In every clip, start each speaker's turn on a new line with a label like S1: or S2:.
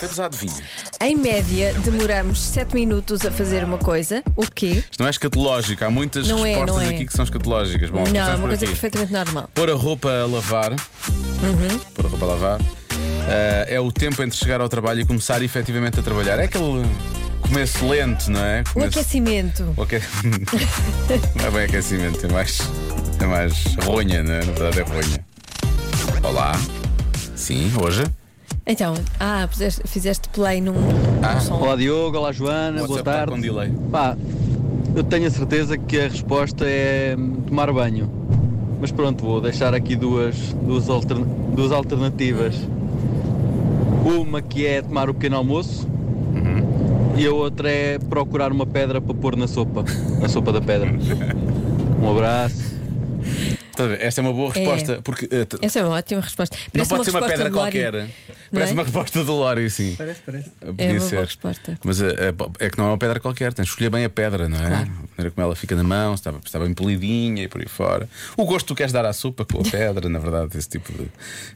S1: Temos a adivinha.
S2: Em média, demoramos 7 minutos a fazer uma coisa. O quê?
S1: Isto não é escatológico, há muitas
S2: Não é,
S1: respostas
S2: não é.
S1: aqui que são escatológicas. Bom,
S2: não, é
S1: começamos
S2: uma
S1: por
S2: coisa
S1: aqui.
S2: perfeitamente normal. Uhum.
S1: Pôr a roupa a lavar. Pôr a roupa a lavar. ah, é o tempo entre chegar ao trabalho e começar efetivamente a trabalhar. É aquele começo lento, não é?
S2: O
S1: Começo...
S2: aquecimento.
S1: o aque- não é bem aquecimento, é mais. É mais ronha, não é? Na verdade é ronha. Olá. Sim, hoje.
S2: Então, ah, puseste- fizeste play num,
S1: Ah.
S2: num som.
S3: Olá Diogo, olá Joana,
S1: O WhatsApp
S3: boa
S1: está com
S3: tarde.
S1: delay.
S3: Pá, eu tenho a certeza que a resposta é hum, tomar banho. Mas pronto, vou deixar aqui duas, duas, altern- duas alternativas. Uma que é tomar o pequeno almoço e a outra é procurar uma pedra para pôr na sopa. Na sopa da pedra. Um abraço.
S1: Estás a ver? Esta é uma boa resposta, porque ah, t-
S2: Essa é uma ótima resposta.
S1: não
S2: Parece
S1: pode ser uma
S2: resposta
S1: pedra
S2: do Lori.
S1: qualquer.
S2: não
S1: Parece
S2: é?
S1: uma resposta do Lório, sim.
S4: Parece, parece.
S2: É
S1: Podia
S2: uma
S1: ser.
S2: boa resposta.
S1: Mas é, é- é que não é uma pedra qualquer, tens de escolher bem a pedra, não é?
S2: Claro.
S1: A maneira como ela fica na mão, se está, se está bem polidinha e por aí fora. O gosto que tu queres dar à sopa com a pedra, na verdade, esse tipo de,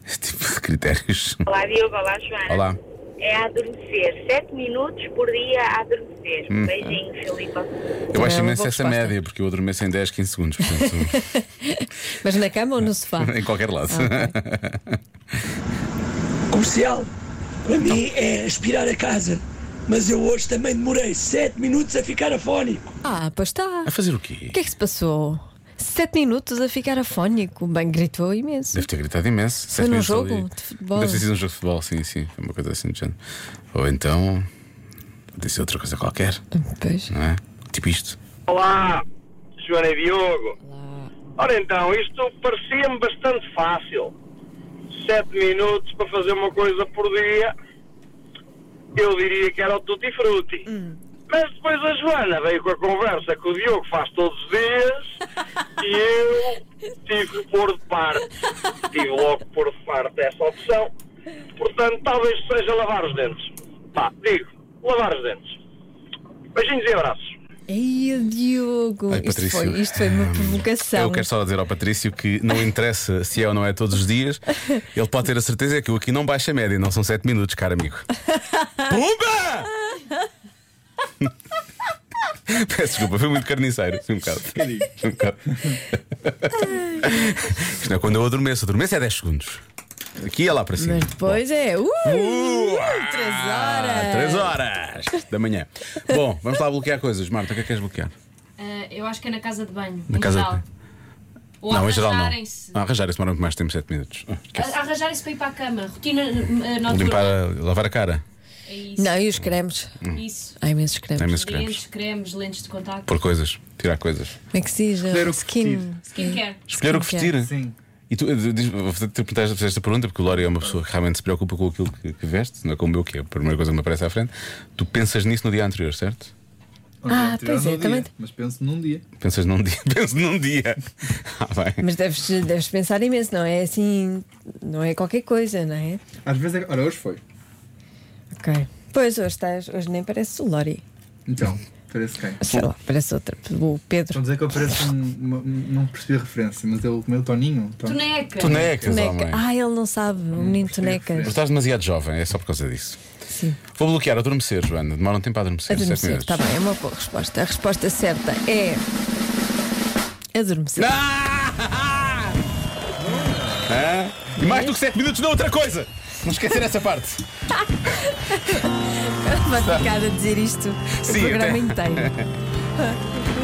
S1: esse tipo de critérios.
S5: Olá Diogo, olá Joana.
S1: Olá.
S5: É a adormecer, 7 minutos por dia a adormecer. Beijinho, Filipa.
S1: Eu acho
S2: é uma
S1: imenso
S2: boa
S1: essa
S2: resposta.
S1: média, porque eu adormeço em 10, 15 segundos, portanto,
S2: Mas na cama ou no sofá?
S1: em qualquer lado.
S6: Comercial, para mim é aspirar a casa. Mas eu hoje também demorei 7 minutos a ficar afónico.
S2: Ah, pois está.
S1: A
S2: O
S1: fazer o quê?
S2: que é que se passou? Sete minutos a ficar afónico. Bem, gritou imenso.
S1: Deve ter gritado imenso. Sete
S2: num
S1: minutos
S2: jogo
S1: ali.
S2: de futebol.
S1: Deve ter sido um jogo de futebol, sim, sim. Foi uma coisa assim do género. Ou então. Disse outra coisa qualquer,
S2: Pois.
S1: não é? Tipo isto.
S7: Olá, Joana e Diogo. Ora então, isto parecia-me bastante fácil. Sete minutos para fazer uma coisa por dia, eu diria que era o tutti frutti. Mas depois a Joana veio com a conversa que o Diogo faz todos os dias e eu tive que pôr de parte. Tive logo que pôr de parte essa opção. Portanto, talvez seja lavar os dentes. Pá, digo, lavar os dentes. Beijinhos e abraços.
S2: Ei, Diogo.
S1: Ai,
S2: isto,
S1: Patrício,
S2: foi, isto foi uma
S1: hum,
S2: provocação.
S1: Eu quero só dizer ao Patrício que não interessa se é ou não é todos os dias, ele pode ter a certeza que eu aqui não baixa a média, não são 7 minutos, caro amigo. Pumba! Peço desculpa, foi muito carniceiro. Foi um bocado. Foi um bocado. Isto não é quando eu adormeço, adormeço é 10 segundos. Aqui é lá para cima.
S2: Mas depois é. Uh, três horas.
S1: 3 horas da manhã. Bom, vamos lá bloquear coisas. Marta, o que é que queres bloquear?
S8: Ah, eu acho que é na casa de banho.
S1: Na
S8: em
S1: casa de
S8: geral.
S1: banho.
S8: Ou
S1: não, em geral não.
S8: arranjarem-se.
S1: Ah, arranjarem-se demora muito mais tempo 7 minutos. Ah, esquece.
S8: A- Arranjarem-se para ir para a cama. Rotina ah, noturna.
S1: Limpar, a, lavar a cara.
S8: É isso.
S2: Não, e os cremes?
S8: Isso.
S2: Há imensos cremes.
S1: Há imensos cremes.
S8: Lentes, cremes, lentes de contacto.
S1: Pôr coisas. Tirar coisas.
S2: Como é que se diz?
S4: Escolher o que
S2: Skin.
S8: Skincare.
S1: Escolher o que
S2: Skincare.
S1: vestir.
S4: Sim.
S1: E tu, eh, diz, tu perguntaste fizeste esta pergunta porque o Lória é uma pessoa que realmente se preocupa com aquilo que, que veste, não é como eu, que é a primeira coisa que me aparece à frente. Tu pensas nisso no dia anterior, certo?
S4: Ou dia
S2: Ah,
S4: anterior
S2: pois
S4: ou
S2: é,
S4: no
S2: também-
S4: um dia, Mas penso num dia.
S1: Pensas num dia. Penso num dia. Ah, bem.
S2: Mas deves, deves pensar imenso, não é assim. Não é qualquer coisa, não é?
S4: Às vezes é. Ora, hoje foi.
S2: Ok. Pois hoje estás, hoje nem parece o Lori.
S4: Então, parece quem?
S2: Sei lá, parece outra. O Pedro.
S4: Estão a dizer que eu pareço um. uma- um- não percebi a referência, mas ele comeu Toninho. Ton-
S8: Toneca.
S1: Tonecas, homem. Hum,
S2: Toneca. Ah, ele não sabe, o menino Toneca.
S1: Mas estás demasiado jovem, é só por causa disso.
S2: Sim.
S1: Vou bloquear adormecer, Joana. Demora um tempo a adormecer. sete
S2: Adormecer,
S1: minutos.
S2: está bem, é uma boa resposta. A resposta certa é. Adormecer.
S1: Ah! Hã? E mais do que 7 minutos, não outra coisa! Não esquecer essa parte.
S2: Vai ficar a dizer isto o
S1: Sim,
S2: programa
S1: até.
S2: inteiro.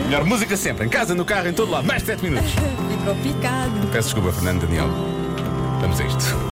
S1: Melhor música sempre, em casa, no carro, em todo lado, mais de 7 minutos.
S2: Ficou picado.
S1: Peço desculpa, Fernando Daniel. Vamos a isto.